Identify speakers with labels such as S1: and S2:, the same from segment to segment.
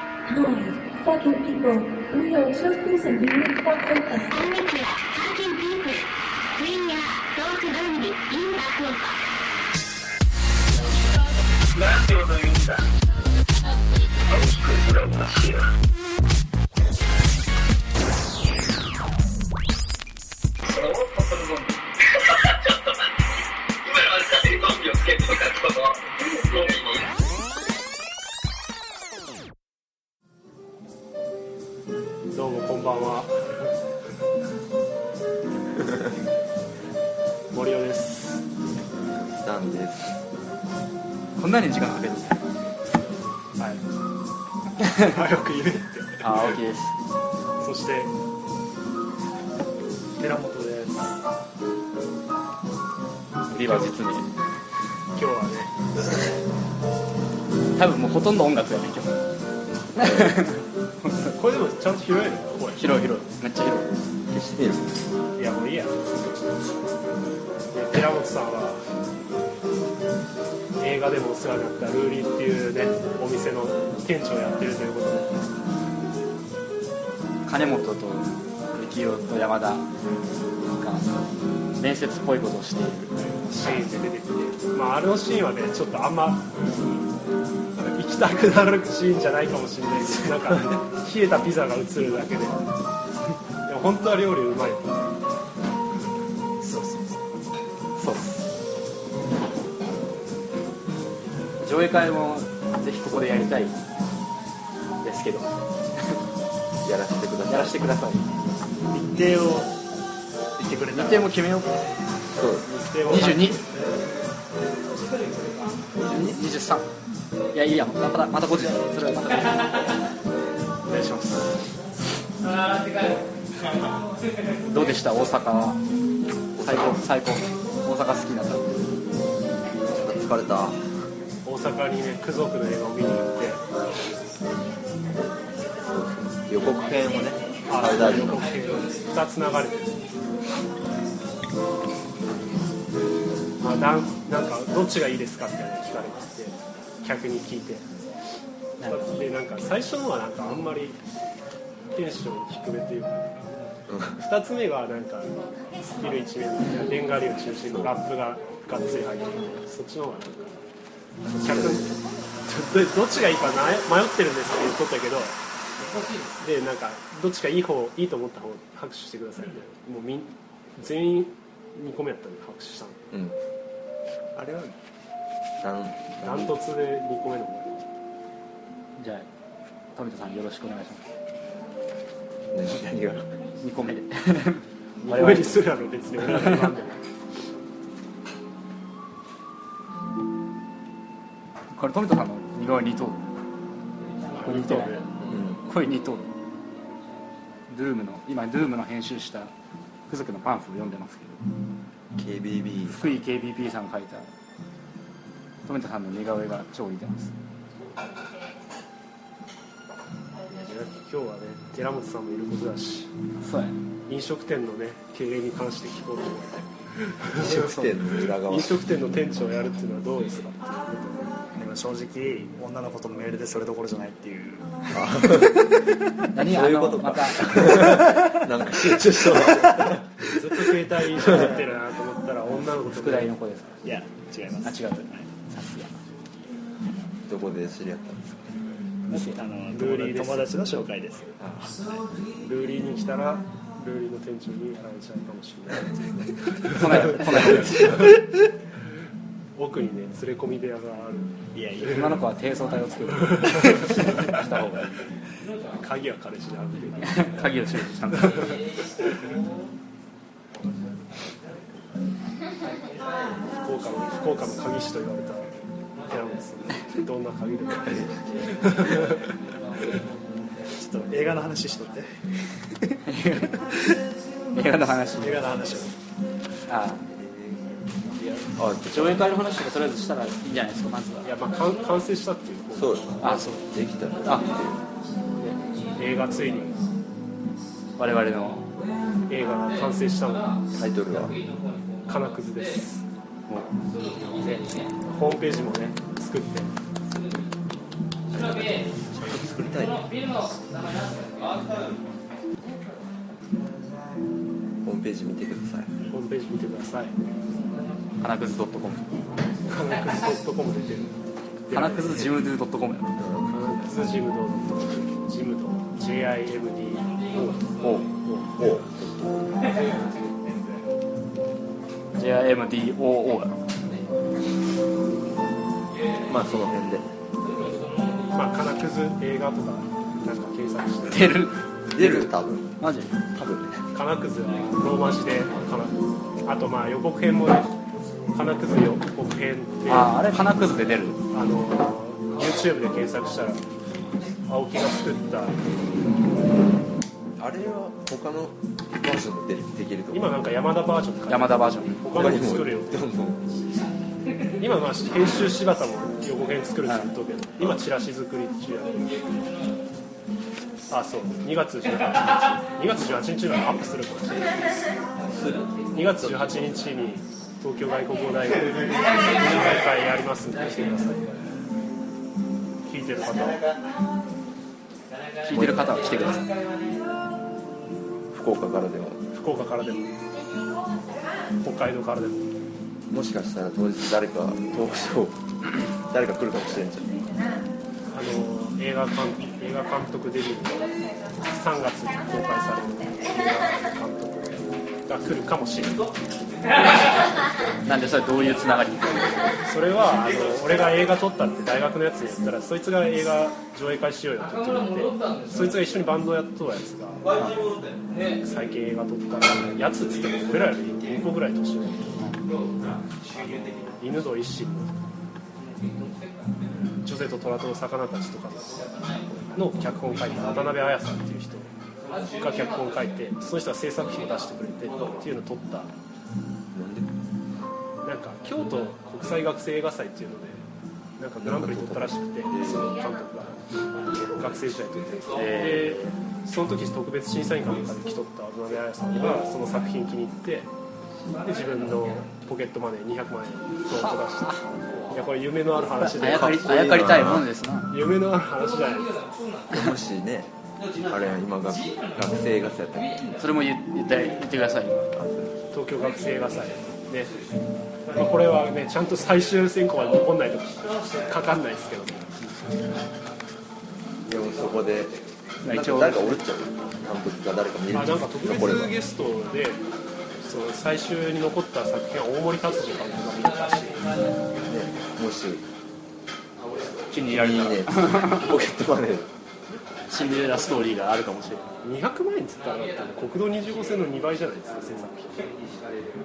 S1: Hi, fucking people. We are just some unique fucking us.
S2: こんにちは、ハーキンピープル。ウィンヤー、トークドンビ、インバクオカ。
S3: どうもこんばんは。 森尾です。
S4: なんですこんなに時間かける
S3: はい。早く言えって。
S4: あ青木です
S3: そして寺本です。今
S4: リバ実に
S3: 日はね、
S4: 多分もうほとんど音楽やね今日
S3: これでもちゃんと拾えるの声。
S4: 広い広いめっちゃ広い消してる
S3: いやもういいや。で寺本さんは映画でもお世話になったルーリーっていうねお店の店長をやってるということで。
S4: 金本と幸雄と山田が面接っぽいことをしている
S3: シーンで出てきて、まあ、あのシーンはねちょっとあんま行きたくなるシーンじゃないかもしれないですなんか冷えたピザが映るだけででも本当は料理うまいそうそうそう
S4: そうっす上映会もぜひここでやりたいですけど
S5: やらせてください
S4: やらせてください
S3: 日程を言ってくれた
S4: 日
S3: ら
S4: 程も決めよう
S5: そう
S3: 日程を
S4: 22 23いやいいやまたまた5時ですそれはまた5時
S3: お願いします
S4: どうでした大阪は最高最高大阪好きになった
S5: 疲れた
S3: 大阪にねクゾクの映画を見に行って
S5: 予告編をね
S3: あ
S5: 体
S3: 予
S5: に
S3: 告編2つ流れてるまあなんなんかどっちがいいですかみたいなの聞かれて客に聞いてでなんか最初のはなんかあんまりテンション低めっていうか2つ目がなんかスキル一面みたいなレンガ流中心のラップががっつり入っててそっちの方がなんか客にちょっとどっちがいいかな迷ってるんですって言っとったけどでなんかどっちかいい方いいと思った方拍手してくださいみたいなもうみん全員2個目やったんで拍手したの
S5: うん
S3: あれは
S5: な
S3: ダ
S5: ん
S3: ントツで2個目の方
S4: じゃあ富田さんよろしくお願いしま
S5: 何が
S4: す2個目で
S3: 2個目にするやろ別に俺らの番でも
S4: これ富田さんの似顔絵2頭これ見てない
S5: うん
S4: これ2頭ドゥームの今ドゥームの編集した付属のパンフを読んでますけど
S5: KBB
S4: 福井 KBP さんが書いた富田さんの似顔絵が超似てます
S3: 今日はね寺本さんもいることだし
S4: そうやね
S3: 飲食店のね経営に関して聞こうと思って
S5: 飲食店の裏側
S3: 飲食店の店長をやるっていうのはどうですかっていうこと
S6: でも正直女の子とのメールでそれどころじゃないっていう
S4: 何あ
S5: そういうこ
S4: の
S5: とか
S4: また
S5: なんか集中しそうだ
S3: ずっと携帯飲食やってるなと思ったら女の子と
S4: 副題の子ですか
S6: いや違い
S4: あ違うさ
S6: ます
S4: すが
S5: どこで知り合ったんですか
S6: あの
S3: ルーリーです
S6: 友達の紹介です
S3: ルーリーに来たらルーリーの店長にやられちゃうかもしれないっていう
S4: 来ない来ない
S3: 奥にね連れ込み部屋がある
S6: いやいや
S4: 今の子は低層体を作るした方がいい
S3: 鍵は彼氏であるけど
S4: 鍵を修理したんだ
S3: 福岡の福岡の鍵師と言われた寺本さんどんな鍵でも
S6: ちょっと映画の話しとって
S4: 映画の話
S6: 映画の話を
S4: あ
S5: あ
S4: 上映会の話とかとりあえずしたらいいんじゃないですかまずはい
S3: やまあ完完成したっていう
S5: そうだ
S4: あそう
S5: できたね
S4: あ
S3: 映画ついに
S4: 我々の
S3: 映画が完成したのが
S5: タイトルは
S3: 金くずです
S4: も
S3: ホームページもね作って
S5: 作りたたいホームページ見てください
S3: ホームページ見てください
S4: 花くず .com
S3: 金くず .com 出てる
S4: 花くずジムドゥ .com やな
S3: 金くずジムドットジムド JIMD
S4: おう
S5: おう
S4: JIMDOO やな
S5: まあその辺で
S3: まあ金くず映画とかなんか検索して
S4: 出る
S5: 出る多分
S4: マジ
S5: 多分ね
S3: 金くずはローマ字で金くずあとまあ予告編もね金くず予告編って
S4: あああれ花くずで出る
S3: あの YouTube で検索したら青木が作った
S5: あれは他のバージョンでできると思う
S3: 今なんか山田バージョンかな
S4: 山田バージョン
S3: 他のも作るよ
S5: でも
S3: 今まあ編集柴田も予告編作るって言っとくけど今チラシ作り中やあそう2月18日2月18日にはアップするかもしれない2月18日に東京外国語大学の大会やりますんで来てください聞いてる方は
S4: 聞いてる方は来てください
S5: 福岡からでは
S3: 福岡からでも北海道からでも
S5: もしかしたら当日誰かトーク ショー誰か来るかもしれんじゃん
S3: あの映画監映画監督デビューが3月に公開される映画監督が来るかもしれない
S4: なんでそれどういうつながり
S3: それはあの俺が映画撮ったって大学のやつに言ったらそいつが映画上映会しようよって言ってそいつが一緒にバンドやっとるやつが最近映画撮ったらやつっつっても俺らより1個ぐらい年上犬と一心の「ジョゼと虎と魚たち」とかの脚本を書いた渡辺彩さんっていう人が脚本を書いてその人が制作費も出してくれてっていうのを撮った
S5: なんで
S3: なんか京都国際学生映画祭っていうのでなんかグランプリ取ったらしくてその監督が学生時代撮ってて、でその時特別審査員かなんかで来とった渡辺彩さんがその作品気に入ってで自分のポケットマネー200万円ドーンと出していやこれ夢のある話
S4: あ
S3: で
S4: やかりあやかりたいもんですな
S3: 夢のある話じゃないですか
S5: もしねあれ今が学生映画祭やったっけ
S4: それも言言って言ってください
S3: 東京学生映画祭ね、まあ、これはねちゃんと最終選考まで残んないとかかんないですけどね
S5: でもそこでなん
S4: 一
S5: か
S4: 応
S5: 誰かおるっちゃう監督が誰か見る
S3: あなんか特
S5: これは
S3: 別ゲストでその最終に残った作品は大森達治監督が見たし
S5: ねもし
S4: 気に入
S5: い
S4: られ
S5: い
S4: た
S5: ね
S4: ら
S5: ポケットマネー
S4: シンデレラストーリーがあるかもしれない
S3: 200万円っつったらだって国道25線の2倍じゃないですか制作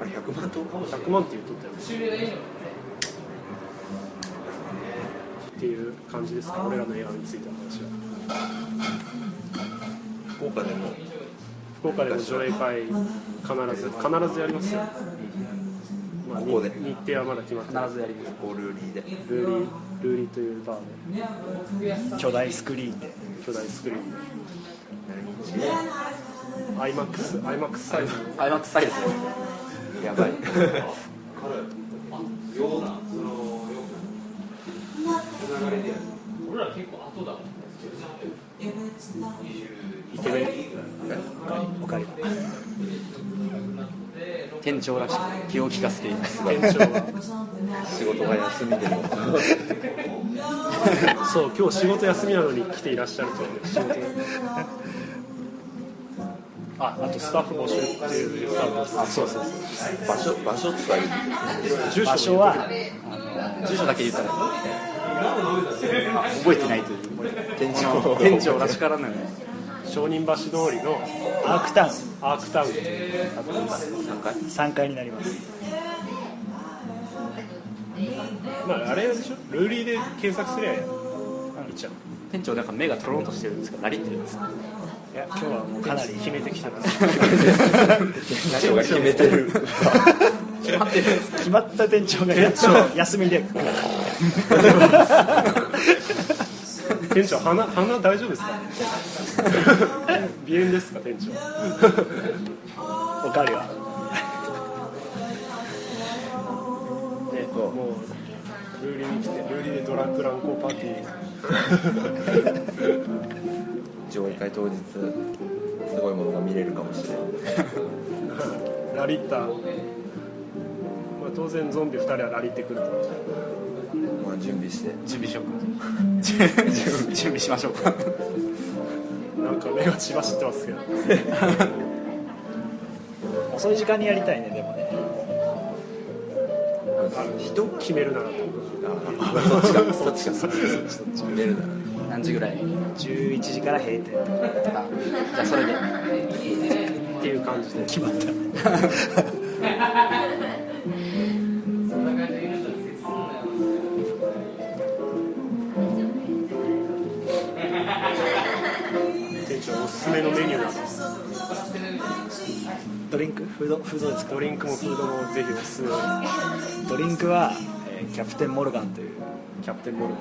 S5: あれ100万と
S3: 費100万って言っとったよねっていう感じですか俺らの映画についての話は
S5: 福岡でも
S3: 福岡でも上映会必ず必ずやりますよ、まあ、
S5: ここで
S3: 日程はまだ決まってない
S4: 必ずやります
S5: ゴルーリーで
S3: ルーリールーリーというバーで
S6: 巨大スクリーンで
S3: 巨大スクリーンで IMAX IMAX サイズの
S4: アイマックスサイズ
S5: やばい
S3: イケメン
S6: おかげだ
S4: 店長らしく気を利かせています
S3: 店長が
S5: 仕事が休みでも
S3: そう今日仕事休みなのに来ていらっしゃるという仕事ああとスタッフ募集っていうスタッフあそうそう
S5: 場所場所とかいう
S3: 住
S6: 場
S3: 所
S6: 所
S3: は
S6: は
S4: 住所だけ言ったら覚えてないという
S5: 店長
S4: 店長らしからぬ
S3: 承人橋通りの
S6: アークタウン
S3: アークタウンという
S6: 3階になります
S3: まああれでしょルーリーで検索すりゃいいじゃん
S4: 店長なんか目がとろんとしてるんですかなりってるんですか
S6: いや今日はもうかなり
S3: 決めてきたな
S5: 店長が決めてる
S4: 決まってるんですか
S6: 決まった店長が休みで
S3: 店長鼻鼻大丈夫ですか鼻炎ですか店長
S6: おかわりは
S3: ねもうルーリーに来てルーリーでドランクランコーパーティー
S5: 上映会当日すごいものが見れるかもしれない
S3: ラリッタ、まあ、当然ゾンビ2人はラリってくると思う
S5: まあ準備して
S4: 準備しようか 準備しましょうか
S3: なんか目が血走ってますけど
S6: 遅い時間にやりたいねでもね
S3: あの人決めるなら
S5: あそっちかそっちかそっちか見れるなら
S4: 何時ぐらい
S6: 11時から閉店
S4: あじゃあそれで
S3: っていう感じで決まった店長おすすめのメニューなんです
S6: ドリンクフードフードですか
S3: ドリンクもフードもぜひおすすめを
S6: ドリンクは、えーキャプテンモルガンという
S3: キャプテンボル
S6: は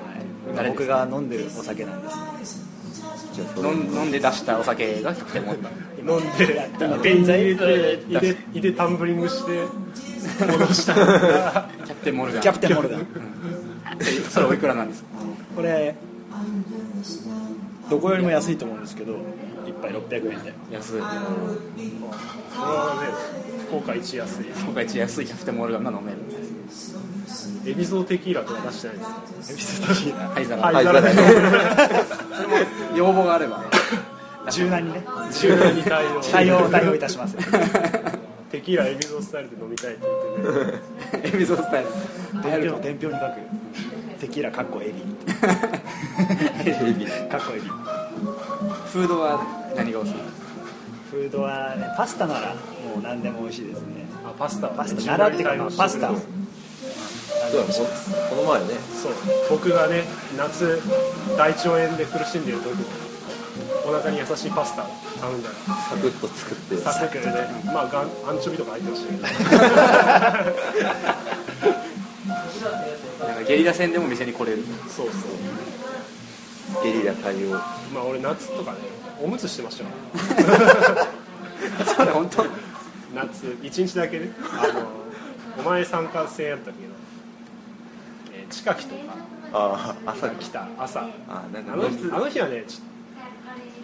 S6: い
S4: 誰
S6: 今
S4: です
S6: 僕が飲んでるお酒なんです
S5: じゃあそれ
S4: 飲ん飲んで出したお酒が100点持った
S3: 飲んで
S6: 今
S3: 便
S6: 便
S3: 座
S6: 座
S3: 入
S6: 入
S3: れ
S6: れ
S3: て
S4: て
S3: 入れ入れタンブリングして戻したんですが
S4: キャプテンモルガン
S6: キャプテンモルガン
S4: ンそれおいくらなんですか
S6: これどこよりも安いと思うんですけど1杯600円で
S4: 安い
S3: これはね福岡一安い
S4: 今回一安いキャプテンモルガンが飲める
S3: エビゾーテキーラとか出してないですか
S4: はいザ
S3: は
S4: ラ
S3: い
S5: い
S3: ザラで
S5: ザ
S4: 要望があれば
S6: 柔軟にね
S3: 柔軟に対応
S6: 対応対応いた します
S3: テキーラエビゾースタイルで飲みたいって言ってね
S4: エビゾースタイル
S6: 伝 票伝票に書くテキーラかっこエビかっこエビ
S4: フードは何がおすすめ
S6: フードはねパスタならもう何でも美味しいですね
S3: あパスタ
S6: パス
S3: 柔
S6: タ
S3: 軟に
S6: ならってか
S3: 対応して
S6: パスタ
S3: くれる
S5: そうだこの前ね
S3: そう僕がね夏大腸炎で苦しんでいる時にお腹に優しいパスタを頼んだら
S5: サクッと作って
S3: サクッとねまあガンアンチョビとか入ってましたけど
S4: なんかゲリラ戦でも店に来れる
S3: そうそう
S5: ゲリラ対応
S3: まあ俺夏とかねおむつしてましたよ
S4: それ本当
S3: 夏1日だけねあのお前参加制やったけど、えー、近木とか
S5: ああ朝
S3: 来た朝
S5: あなんか
S3: あの日あの日はねち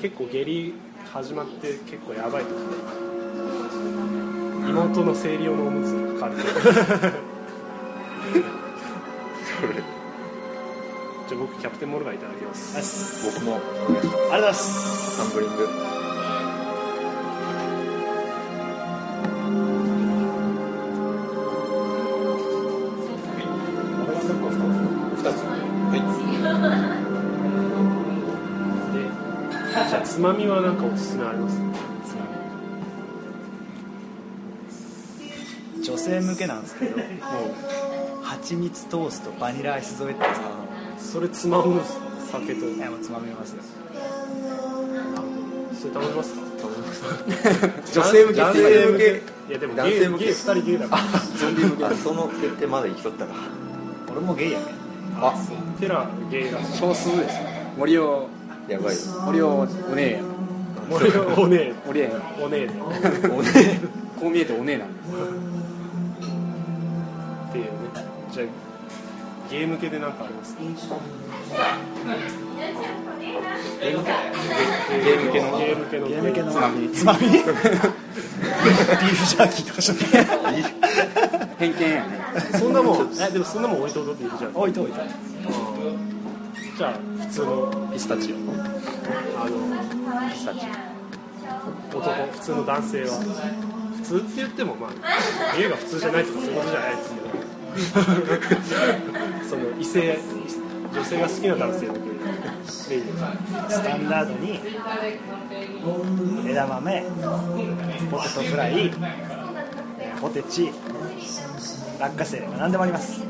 S3: 結構下痢始まって結構やばい時で妹の生理用のおむつを借りてじゃあ僕キャプテンモルガンいただきます
S6: ありがと
S5: 僕もお願いします
S6: うございます
S5: タンブリング二つは
S3: でじゃあつまみはなんかおすすめあります
S6: 女性向けなんですけどもう蜂蜜トーストバニラアイス添えってやつ
S3: それつまむんですか酒と
S6: いやもうつまみますよ
S3: それ頼みますか
S4: 女性向け
S3: 男性向けいやでもゲ
S5: 男性
S3: ー
S5: 向け
S3: ゲー2人ゲーだから
S5: いゾンビ向けあその設定まだ生きとったか
S6: 俺もゲイやね
S5: あ
S3: テラゲーだし
S4: 少数です森尾
S5: やばい
S4: 森尾おねえや
S3: 俺はおね
S4: おねえ
S3: えおねえで
S5: おね
S4: こう見えておねえなんです
S3: っていうねじゃあゲーム系でなんかありますゲーム系のゲーム系の
S6: ゲイ向けの
S4: つまみ
S6: つまみ ビーフジャーキーとかしょ
S4: 偏見やね
S3: そんな もんえでもそんなもん置いとこうっていいじゃん
S6: 置いといて
S3: じゃあ普通の
S4: ピスタチオ
S3: あの男普通の男性は普通って言ってもまあ家が普通じゃないとかそういうことじゃないですけど その異性女性が好きな男性のメニュー
S6: スタンダードに枝豆ポテトフライポテチ落花生何でもあります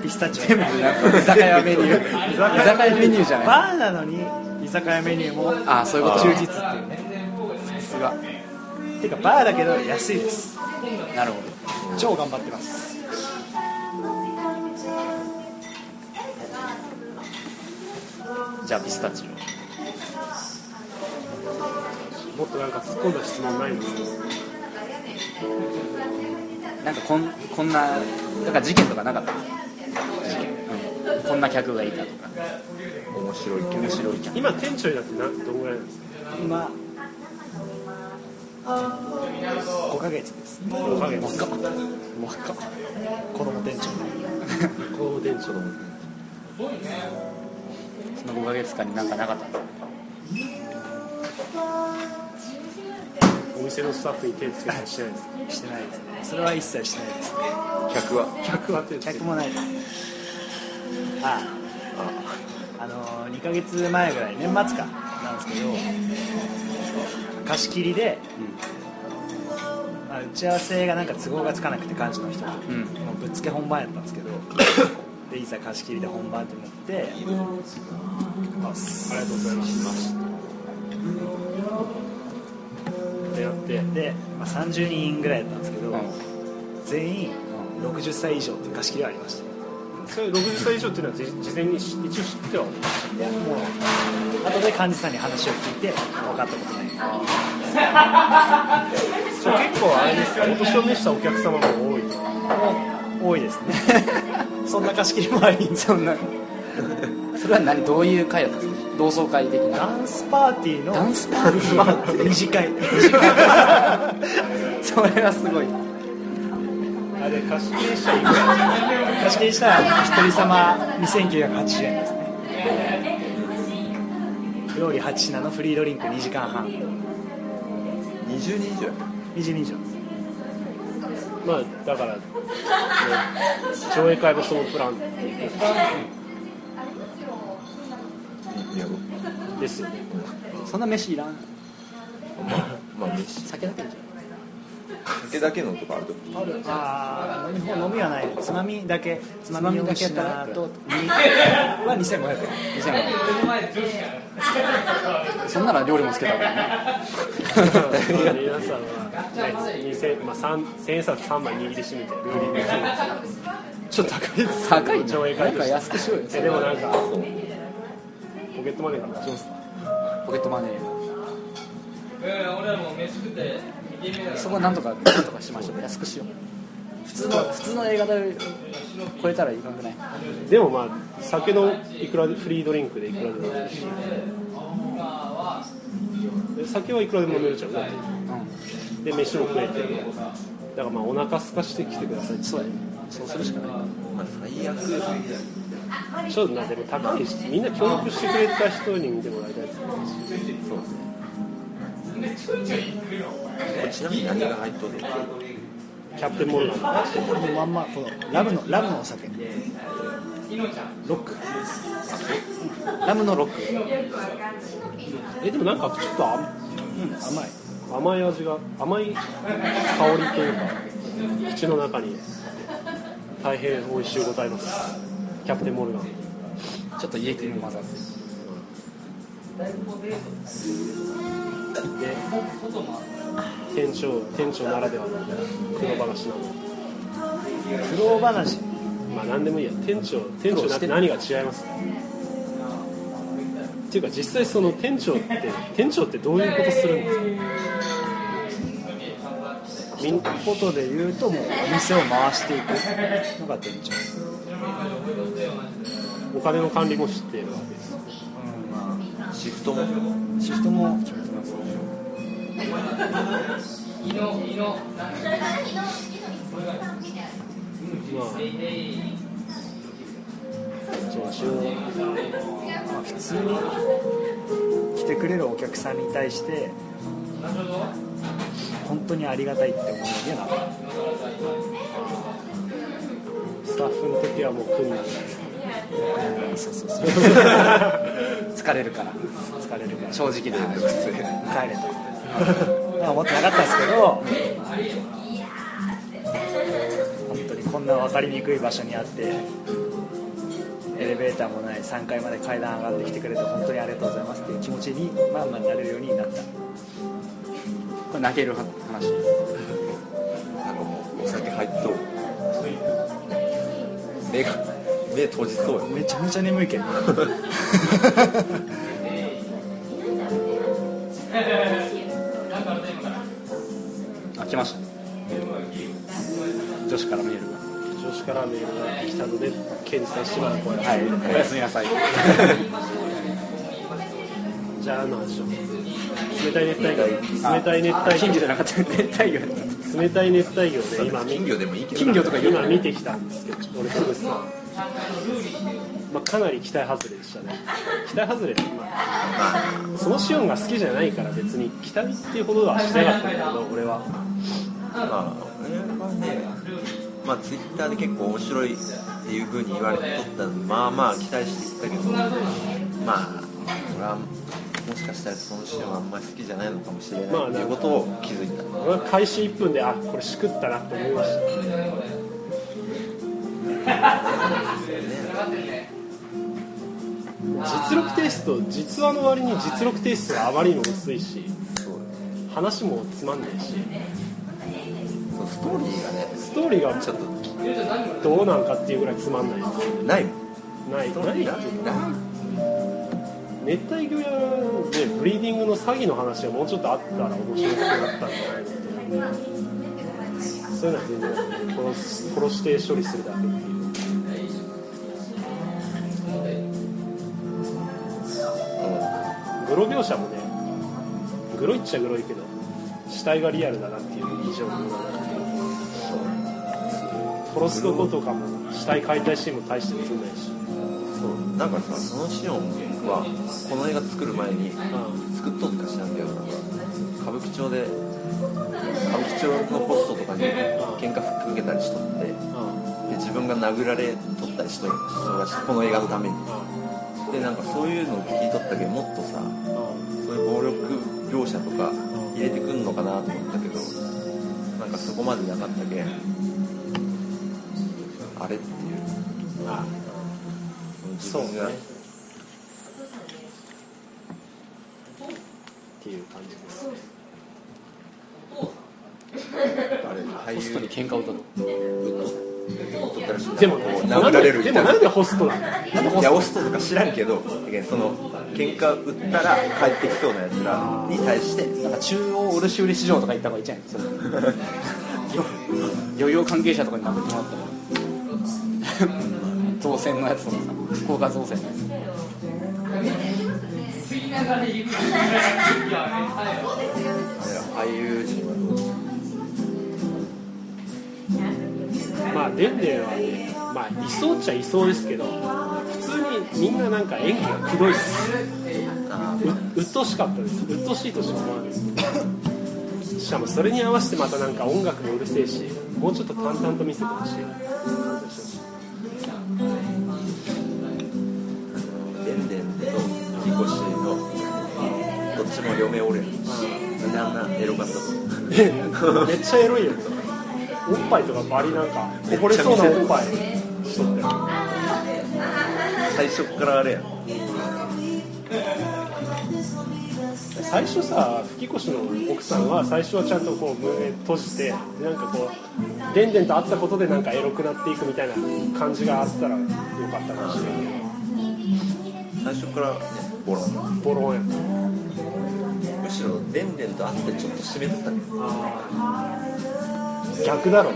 S6: ピスタチオ
S4: なんか居酒屋メニュー居酒屋メニューじゃない
S6: バーなのに居酒屋メニューも
S4: ああそういうこと
S6: 充
S4: 充
S6: 実っ
S4: 実
S6: ていうね
S4: すが
S6: てかバーだけど安いです
S4: なるほど
S6: 超頑張ってます
S4: じゃあピスタチオ
S3: もっとなんか突っ込んだ質問ないんですけど
S4: なんかこんこんななんか事件とかなかった事件、うん、ここんな客がいたとか
S5: 面白いけど
S4: 面白い客
S3: 今店長になってなどんぐらいなんですか
S6: 今5ヶ月ですね
S3: 5ヶ月
S4: 若若
S6: 子供店長
S3: 高校店長
S4: その5ヶ月間になんかなかったんですか
S3: お店のスタッフに手つけたりしてないですか
S6: してないですねそれは一切してないですね
S5: 客は
S3: 客は手つけて
S6: 客もないですねあああの2ヶ月前ぐらい年末かなんですけど貸し切りで、まあ、打ち合わせがなんか都合がつかなくて幹事の人と、
S4: ん
S6: もうぶっつけ本番やったんですけどでいざ貸し切りで本番と思って
S3: ありがとうございますってなって
S6: で、まあ、30人ぐらいやったんですけど、全員60歳以上っていう貸し切りはありました
S3: それ60歳以上っていうのは事事前にし一応知ってはい
S6: やもう後で幹事さんに話を聞いて分かったこと ない
S3: じゃあ結構あれですかお年を召したお客様も多い
S6: 多いですね そんな貸し切りもあり
S4: そんなそれは何どういう会だったんですか同窓会的な
S6: ダンスパーティーの
S4: ダンスパーティー
S6: 二次会
S4: それはすごい
S3: あれ貸し切りしたいくら
S6: 貸し切りしたら一人様2980円ですね料理8品のフリードリンク2時間半
S5: 20人以上や
S6: 20人以上
S3: まあだから、ね、上映会もそのプラン
S5: いや
S3: ですよね
S4: そんな飯いらん
S5: まあ飯
S4: 酒だけでし
S5: 酒だけのとかあると思う
S6: ああ飲み飲みはないつまみだけつまみだけだとは2500円
S4: ょ2500円そんなら料理もつけた方がいいね
S3: 皆さんは、ね、2000まあ三千円札3枚握りしめて料理できるんですよちょっと高いです
S4: 高いね
S3: 上映
S4: な
S3: 会
S4: ん
S3: と
S4: か
S3: して
S4: 安くしようよそ
S3: え
S4: れ
S3: でも
S4: は
S3: なんかポケットマネーから
S4: ポケットマネーそこはなんとかなんとかしましょう安くしよう普通の普通の映画代を超えたらいかんくない
S3: でもまあ酒のいくらでフリードリンクでいくらでも飲めるしで酒はいくらでも飲めるじゃんだって
S4: う
S3: で飯も食えてだからまあお腹空かしてきてください
S4: んそうやねそうするしかない
S5: まあ最悪ですね
S3: ちょっとなでも高いしみんな協力してくれた人に見てもらいたいですね
S5: そうですねこれちなみに何が入っとるの
S3: キャプテンモルガンの
S6: このまんまこの ラムのラムのお酒ロック
S4: ラムのロック
S3: えでもなんかちょっとあ
S6: うん甘い
S3: 甘い味が甘い香りというか口の中に大変美味しゅうございますキャプテンモルガン
S4: ちょっとイエティも混ざって
S3: で店長店長ならではの黒話なの
S6: 苦労話
S3: まあ何でもいいや店長店長なって何が違いますかっていうか実際その店長って店長ってどういうことするんですかみん
S6: ことで言うともうお店を回していくのが店長
S3: お金の管理も知っているわけです
S5: シフトも
S6: シフトも決めてます
S3: まあそうしよう
S6: まあ普通に来てくれるお客さんに対して本当にありがたいって思うような
S3: スタッフの時はもう組んだ
S6: そうそうそう
S4: 疲れるから
S6: 疲れるから
S4: 正直な話
S6: 帰れとまあ思ってなかったんですけど本当にこんな分かりにくい場所にあってエレベーターもない3階まで階段上がってきてくれて本当にありがとうございますっていう気持ちにまあまあなれるようになった
S4: これ泣ける話です
S5: なんかもうお酒入っとう目が目閉じそうや
S6: めちゃめちゃ眠い けど
S4: あ来ました女子からメールが
S3: 女子からメールが来たのでケンジさんしばらくお休み、
S4: はい、おやすみなさい。
S3: じゃあの話を冷たい熱帯魚
S4: あ
S3: 冷たい熱帯
S4: 金魚じ
S3: 魚
S4: ゃなかった熱帯魚。
S3: 冷たい熱帯魚で今見
S5: 金魚でもいいけど
S4: 金魚とか言う
S3: 今見てきたんですけど俺田口さん、まあ、かなり期待外れでしたね期待外れって、まあ、そのシオンが好きじゃないから別に期待っていうほどはしてなかったんだけど俺は
S5: まあ、俺はね、まあ、ツイッターで結構面白いっていう風に言われとったんで、まあまあ期待していったけど、まあ、俺はもしかしたらそのシーンはあんまり好きじゃないのかもしれない
S3: まあ
S5: っていうことを気づいた。
S3: 俺は開始1分であこれしくったなと思いました実力テイスト実話の割に実力テイストがあまりにも薄いし
S5: そう
S3: 話もつまんないし
S5: そうストーリーがね、
S3: ストーリーが
S5: ちょっと
S3: どうなんかっていうぐらいつまんないです
S5: ないもん。
S3: ないない
S5: ない
S3: 熱帯魚屋でブリーディングの詐欺の話がもうちょっとあったら面白くなったんじゃないのってそういうのは全然ない殺す殺して処理するだけっていうグロ描写もねグロいっちゃグロいけど死体がリアルだなっていう印象もあって殺すとことかも死体解体シーンも大して映んないし、
S5: そうなんかさ、そのシーンは、この映画作る前に、作っとったか知らんけどなんか歌舞伎町で歌舞伎町のポストとかに喧嘩ふっかけたりしとってで自分が殴られとったりしとる人がこの映画のためにでなんかそういうのを聞いとったけどもっとさそういう暴力描写とか入れてくんのかなと思ったけどなんかそこまでなかったけんあれっていう
S3: そうね
S5: 自分が
S3: っていう感じです
S5: あれ俳
S4: ホストに
S5: 優
S4: 喧嘩を打ったの。
S5: とったらしいな
S3: でも
S5: こ
S3: ね
S5: う
S3: な
S5: 殴
S3: んで
S5: られる
S3: で
S5: み
S3: も
S5: たいな
S3: なんでホストなの
S5: いや押すとか知らんけどその喧嘩売ったら帰ってきそうなやつらに対して
S4: なんか中央卸売市場とか行った方がいいじゃん。それ漁業関係者とかに殴ってもらったら。 造船のやつとかさ、福岡造船のやつ。
S5: ああいう人はどう
S3: まあデンデンはねまあいそうっちゃいそうですけど普通にみんななんか演技がくどいですううっとうしかったですうっとうしいとしか思わないですしかもそれに合わせてまたなんか音楽もうるせえしもうちょっと淡々と見せてほしい
S5: でんでんとキコシのどっちも嫁おれなんなんエロかったと
S3: えめっちゃエロいよおっぱいとかバリなんかこぼれそうなおっぱいしとったよ
S5: 最初っからあれや
S3: 最初さ吹越の奥さんは最初はちゃんとこう胸閉じてでなんかこうでんでんと会ったことでなんかエロくなっていくみたいな感じがあったらよかったかもしれない
S5: 最初っからねボロン
S3: ボロンやった
S5: むしろでんでんと会ってちょっと締めてたけど
S3: 逆だろ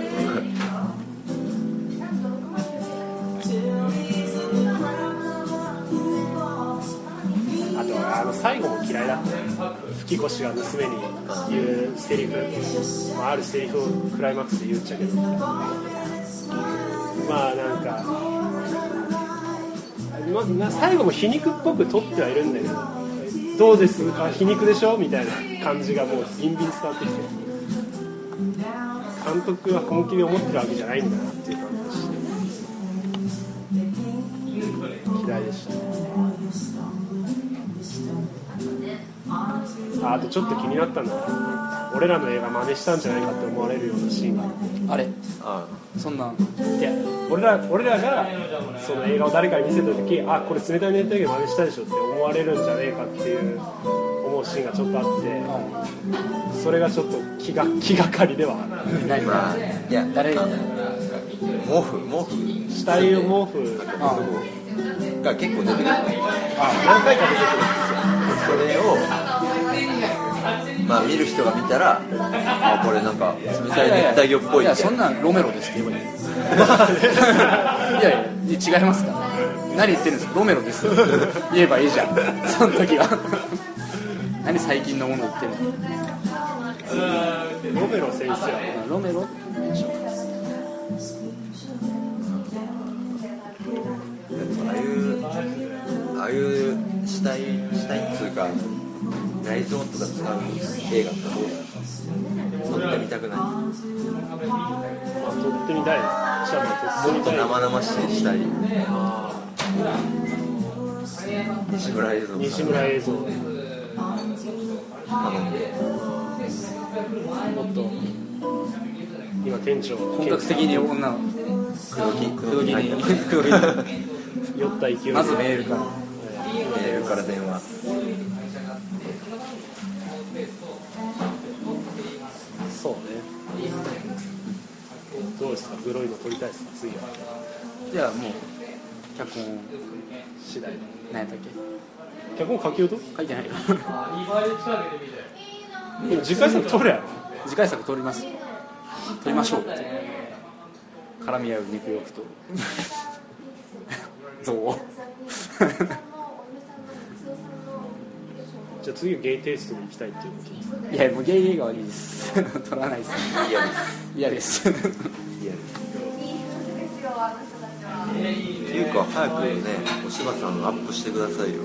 S3: あとあの最後も嫌いだったね吹越が娘に言うセリフ、まあ、あるセリフをクライマックスで言っちゃうけどまあなんか、まな最後も皮肉っぽく撮ってはいるんだけどどうですか皮肉でしょみたいな感じがもうビンビン伝わってきて監督は本気で思ってるわけじゃないんだなっていう感じがして嫌いでしたねああとちょっと気になったのは俺らの映画真似したんじゃないかって思われるようなシーンがあって
S4: あれ、
S5: あ
S4: そんなん。
S3: で俺ら俺らがその映画を誰かに見せた時あこれ冷たい熱帯魚真似したでしょって思われるんじゃねえかっていう思うシーンがちょっとあって それがちょっと気が気がかりではある
S4: 何
S5: あまあいや
S4: 誰が
S5: 毛布毛布
S3: 死体を毛布
S4: あ
S5: が結構出てく
S3: 何回
S5: る
S3: か出てくる
S5: それを、まあ、見る人が見たら、あこれなんか冷たい熱帯魚っぽい
S4: やや
S5: みた
S4: そ
S5: い
S4: ん
S5: な、
S4: なんロメロですって言えばいいいやいや違いますから何言ってるんですかロメロですよ言えばいいじゃんその時は何最近のもの言ってるの
S3: ロメロ先生は
S4: ロメロ
S5: ああいうああいう死体死体っつうか内臓とか使う映画ってどうですか撮ってみたくない
S3: まあ撮ってみたいですシャッター撮ってみたい
S5: 生々しい死体
S3: あ
S5: 西村映像
S3: ー西村映像も
S5: 頼んで
S3: っと今店長
S4: 本格的に女の
S5: 黒木
S4: 黒
S5: 黒
S4: 木
S5: 木
S4: に
S5: に黒木に
S3: 酔った勢いで
S4: まずメールから
S5: メールから電話
S3: そうねどうですかグロいの撮りたいですか次は
S4: じゃあもう脚本
S3: 次第で
S4: 何やったっけ
S3: 脚本書きようと
S4: 書いてないよ
S3: でも次回作撮るやろ
S4: 次回作撮ります撮りましょうって絡み合う肉欲 と憎悪
S3: じゃあ次はゲイテイストに行きたいっていうことです
S4: いやもうゲイ映画はいいです撮らないです
S5: 嫌で
S4: 嫌です
S5: す嫌ですっていうか早くねお芝さんアップしてくださいよ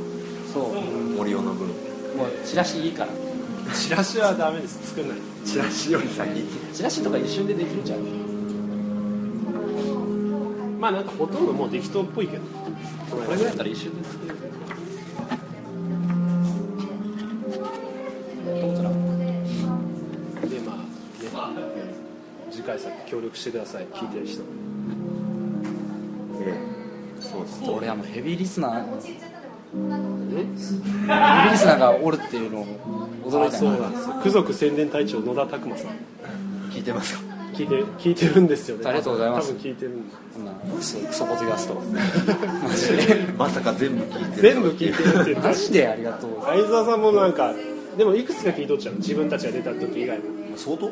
S4: そう
S5: 森尾の分
S4: もうチラシいいから
S3: チラシはダメです作んない
S5: チラシより先に
S4: チラシとか一瞬でできるじゃん
S3: まあなんかほとんどもう適当っぽいけどこれ
S4: これぐらいだったら一瞬で作れるどうぞな
S3: でまあね次回作協力してください聞いてる人
S5: ええそうです
S4: 俺あのヘビーリスナーヘビーリスナーがおるっていうのを驚い
S3: あ
S4: た
S3: そう
S4: な
S3: なんですよ区族宣伝隊長野田拓磨さん
S5: 聞いてますか
S3: 聞いて聞いてるんですよね
S4: ありがとうございます
S3: 多分聞いてるんだ
S4: こんなクソクソポッドキャストマジで
S5: まさか全部聞いてる
S3: 全部聞いてるって言って
S4: マ
S3: た
S4: ジでありがとう
S3: 相沢さんもなんかでもいくつか聞いとっちゃう自分たちが出た時以外も
S5: 相当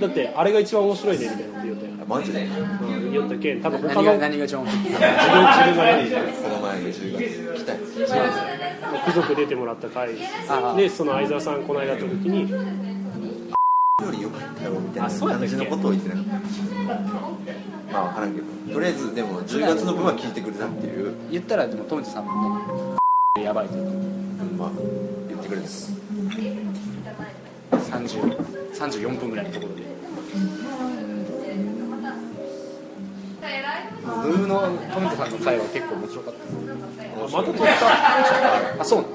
S3: だってあれが一番面白いねみたいなこと言うて
S5: あマジで
S3: うん言ったけん多分他の
S4: 何が
S3: 自分
S4: 何がジョン
S3: 自分がやる
S5: この前の10月来たよ
S3: 家族出てもらった回
S4: あ
S3: でその相沢さんこの間やった時に
S5: より良かったよみたい
S3: あ
S5: な
S3: そうやった
S5: 感
S3: っけ
S5: じのことを言ってなかったまあ分からんけどとりあえずでも10月の分は聞いてくれたっていう
S4: 言ったらでもトムチさんもねやばいという
S5: まあ言ってくれたそ
S4: か30 34分ぐらいのところでムーのトムチさんの回は結構面白かった
S3: あまた撮った
S4: あそうなの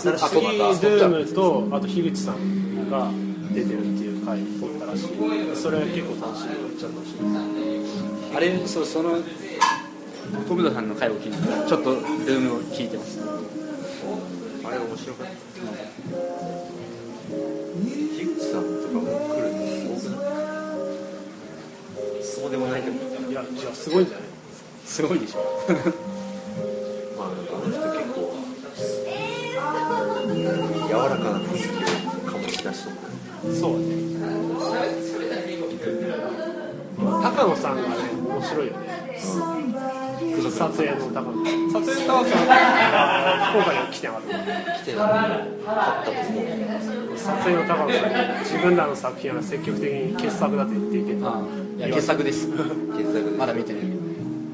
S5: 新しい
S3: 次ドゥームとあと樋口さんが出てるっていう回撮ったらしいそれは結構楽しみめっちゃ楽しみ
S4: あれそうその富田さんの回を聞いてちょっとルームを聞いてます
S5: あれ面白かった樋口さんとかも来るのすごくないそうでもないけど
S3: いやじゃあすごいんじゃない
S4: すごいでしょ
S5: まあなんかあの人結構柔らかな雰囲気を醸し出しとく
S3: そうね高野さんがね面白いよね撮影の高野撮影の高野さんは福岡には来てなかった
S5: 来てない買ったと思う
S3: 撮影の高野さんが自分らの作品は積極的に傑作だと言っていて
S4: ああいや傑作です
S5: 傑作です
S4: まだ見てないけど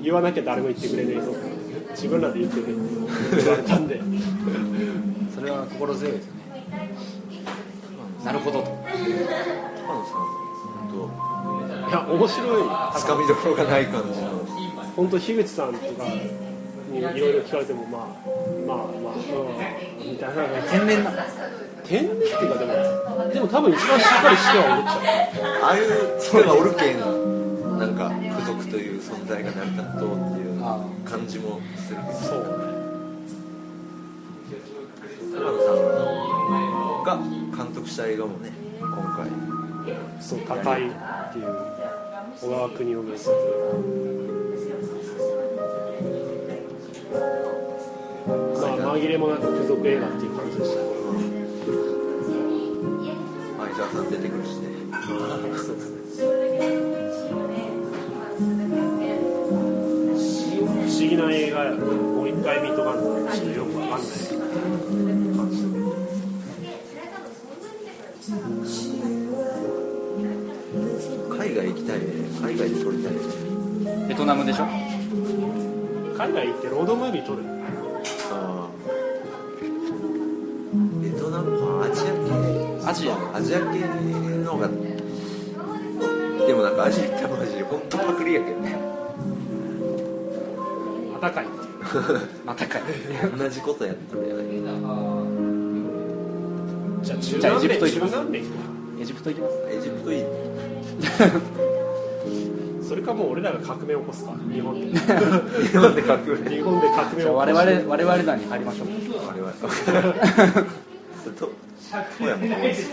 S3: 言わなきゃ誰も言ってくれないぞ自分らで言ってくれって言われたんで
S4: それは心強いですねなるほどと
S5: 高野さん本
S3: いや面白い
S5: 当つかみどころがない感じの
S3: 本当樋口さんとかにいろいろ聞かれてもまあまあまあ、うん、みたいな
S4: 天然な
S3: 天然っていうかでもでも多分一番しっかりしてはおるっちゃう
S5: ああいう人がおるけんなんか付属という存在が成り立っとうっていう
S4: あ
S5: 感じもするけ
S3: そうね
S5: ど高野さんが監督した映画もね今回
S3: そう高いっていう小川国を目指すまあ紛れもなく付属映画っていう感じでした
S5: 相沢さん出てくるしね
S3: そうですね的な映画やからもう一回見とかんとちょっとよくわかんない感じだ
S5: 海外行きたいね海外で撮りたいね
S4: ベトナムでしょ
S3: けど海外行ってロードムービー撮るの
S5: あーベトナムアジア系
S4: アジア
S5: アジア系の方がでもなんかアジア行ったらマジで本当パクリやけどね
S3: またかいって
S4: ま たかい
S5: 同じことやってるやない
S3: じゃあ中
S4: じゃあ
S3: 南
S4: エジ
S3: 米
S4: プト行
S3: 中
S4: きます
S3: 南米行く
S4: エジプト行きます
S5: エジプトいい
S3: それかもう俺らが革命起こすか日本で
S5: 日本で書くよね
S3: 日本で革命
S4: じ
S3: 起
S4: ゃあ
S3: こ
S4: 我
S3: す
S4: 々我々団に入りましょう
S5: あれはそ れと富山も多いです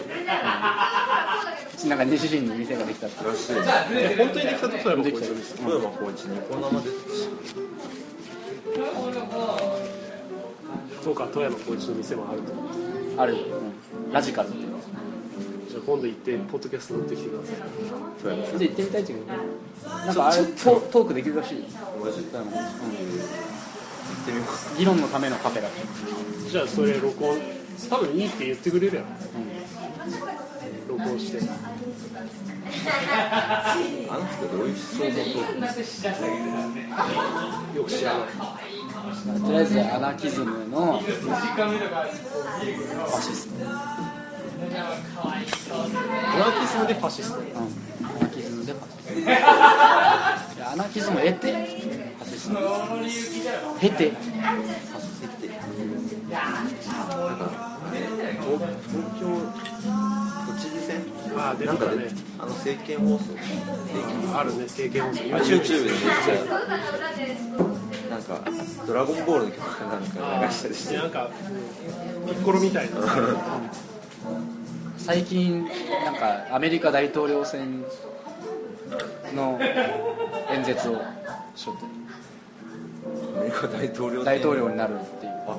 S4: なんか西陣に店ができたって
S5: らしい
S3: いや本当にできたとこは僕です
S5: 富山高一ニコ生で
S3: そうか富山高一の店もあると思う
S4: ある、うん、ラジカルっていうの
S3: じゃあ今度行ってポッドキャスト乗ってきてください
S5: 富山
S4: それで行ってみたいっていうけどなんかあれトトークできるらしいよ
S5: マジで行ってみます
S4: 議論のためのカフェだって
S3: じゃあそれ録音多分いいって言ってくれるやろ、録音して
S5: あの人どういう思想のと
S3: よく知らない
S4: とりあえずアナキズムのファシスト、うん、
S3: アナキスムでファシスト
S4: アナキズムでファシストアナキズムを得てファシスト経てファシスト
S5: なんかね東東京都知事選
S3: ああ出
S5: なん
S3: た
S5: か
S3: ね
S5: ねあの政見放送
S3: あるね政権放送
S5: YouTube でめっちゃなんか「ドラゴンボール」の曲かなんか流したりして
S3: なんかピッコロみたいな
S4: 最近なんかアメリカ大統領選の演説をしょって
S5: アメリカ大統領選
S4: 大統領になるっていう
S5: あ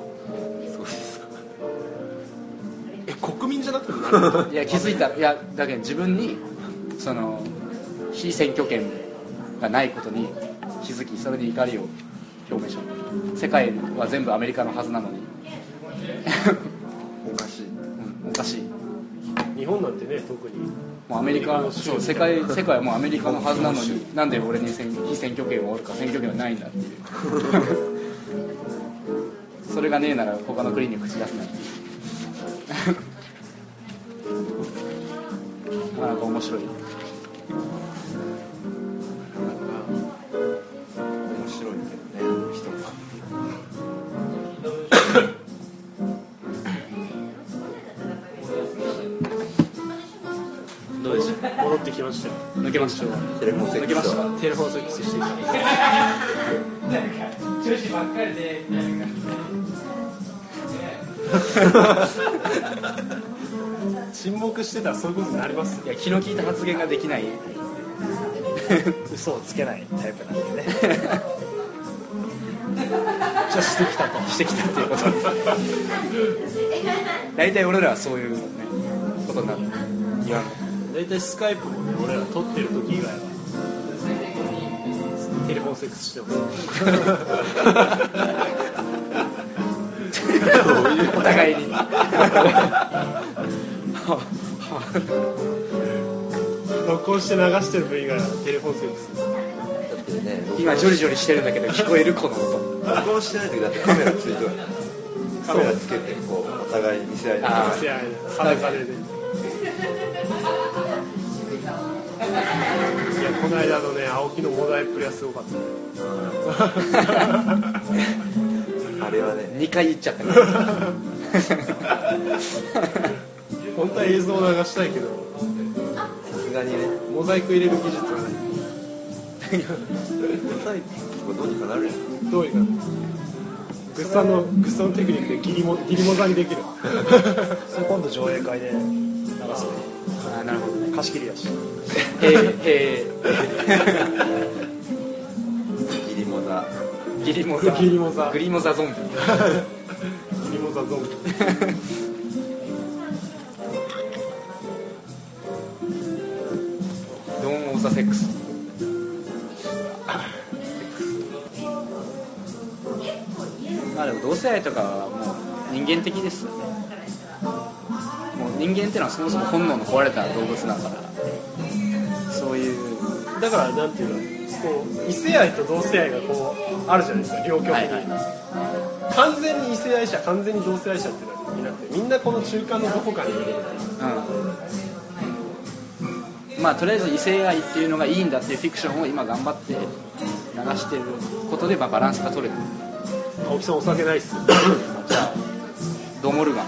S5: そうですか
S3: え国民じゃなくてもなる
S4: いや気づいたいやだけど自分にその非選挙権がないことに気づきそれで怒りを表明した世界は全部アメリカのはずなのに、
S5: おかしい
S4: うん、おかしい
S3: 日本なんてね特に
S4: もうアメリカのそう世界世界はもうアメリカのはずなのになんで俺に選非選挙権はおるか選挙権はないんだっていう それがねえなら他の国に口出すなっていう まあなんか面白い
S5: 面白いけどね人が
S3: どうでしょう戻ってきましたよ
S4: 抜けました
S5: テレフォンセックスは
S3: テレフォンセックスしてきた沈黙してたらそういうことになります
S4: いや気の利いた発言ができない
S6: 嘘をつけないタイプなん でねじゃあしてきたと
S4: してきたっていうこと大体俺らはそういう、ね、ことになる言わん
S3: 大体スカイプもね俺ら撮ってる時以外はテレフォンセックスしてます
S4: お互いに
S3: 録音して流してる分以外はテレフォンセックス
S5: だってね
S4: 今ジョリジョリしてるんだけど聞こえるこの音
S5: 録音してない時だってカメラついてるカメラつけてこうお互いに見せ合いながら
S4: あ
S3: せやねサレサレでいやこの間のね青木のモダイプレはすごかったね
S5: あれはね
S4: 2回言っちゃったね
S3: 本当は映像を流したいけど
S5: さすがにね
S3: モザイク入れる技術がない
S5: 最後どうにかなるやん
S3: どうにかグッサンのグッサンのテクニックでギリモギリモザにできる
S6: それ今度上映会で流す
S4: あーなるほどね
S6: 貸し切りやし
S4: へーへ
S5: ギリモザ
S4: ーギリモザ
S3: ギリモザ
S4: グリモザゾンビ
S3: ギリモザゾンビ
S4: ドーンオーザセックスでも同性愛とかはもう人間的ですよねもう人間ってのはそもそも本能の壊れた動物だからそういう
S3: だからなんていうのこう異性愛と同性愛がこうあるじゃないですか両極に、
S4: はいはい
S3: 完全に異性愛者完全に同性愛者っていうのはいなくてみんなこの中間のどこかにいるみたいな
S4: うんまあとりあえず異性愛っていうのがいいんだっていうフィクションを今頑張って流してることでまあバランスが取れてる
S3: 青木さんお酒ないっす
S4: じゃあドモルガン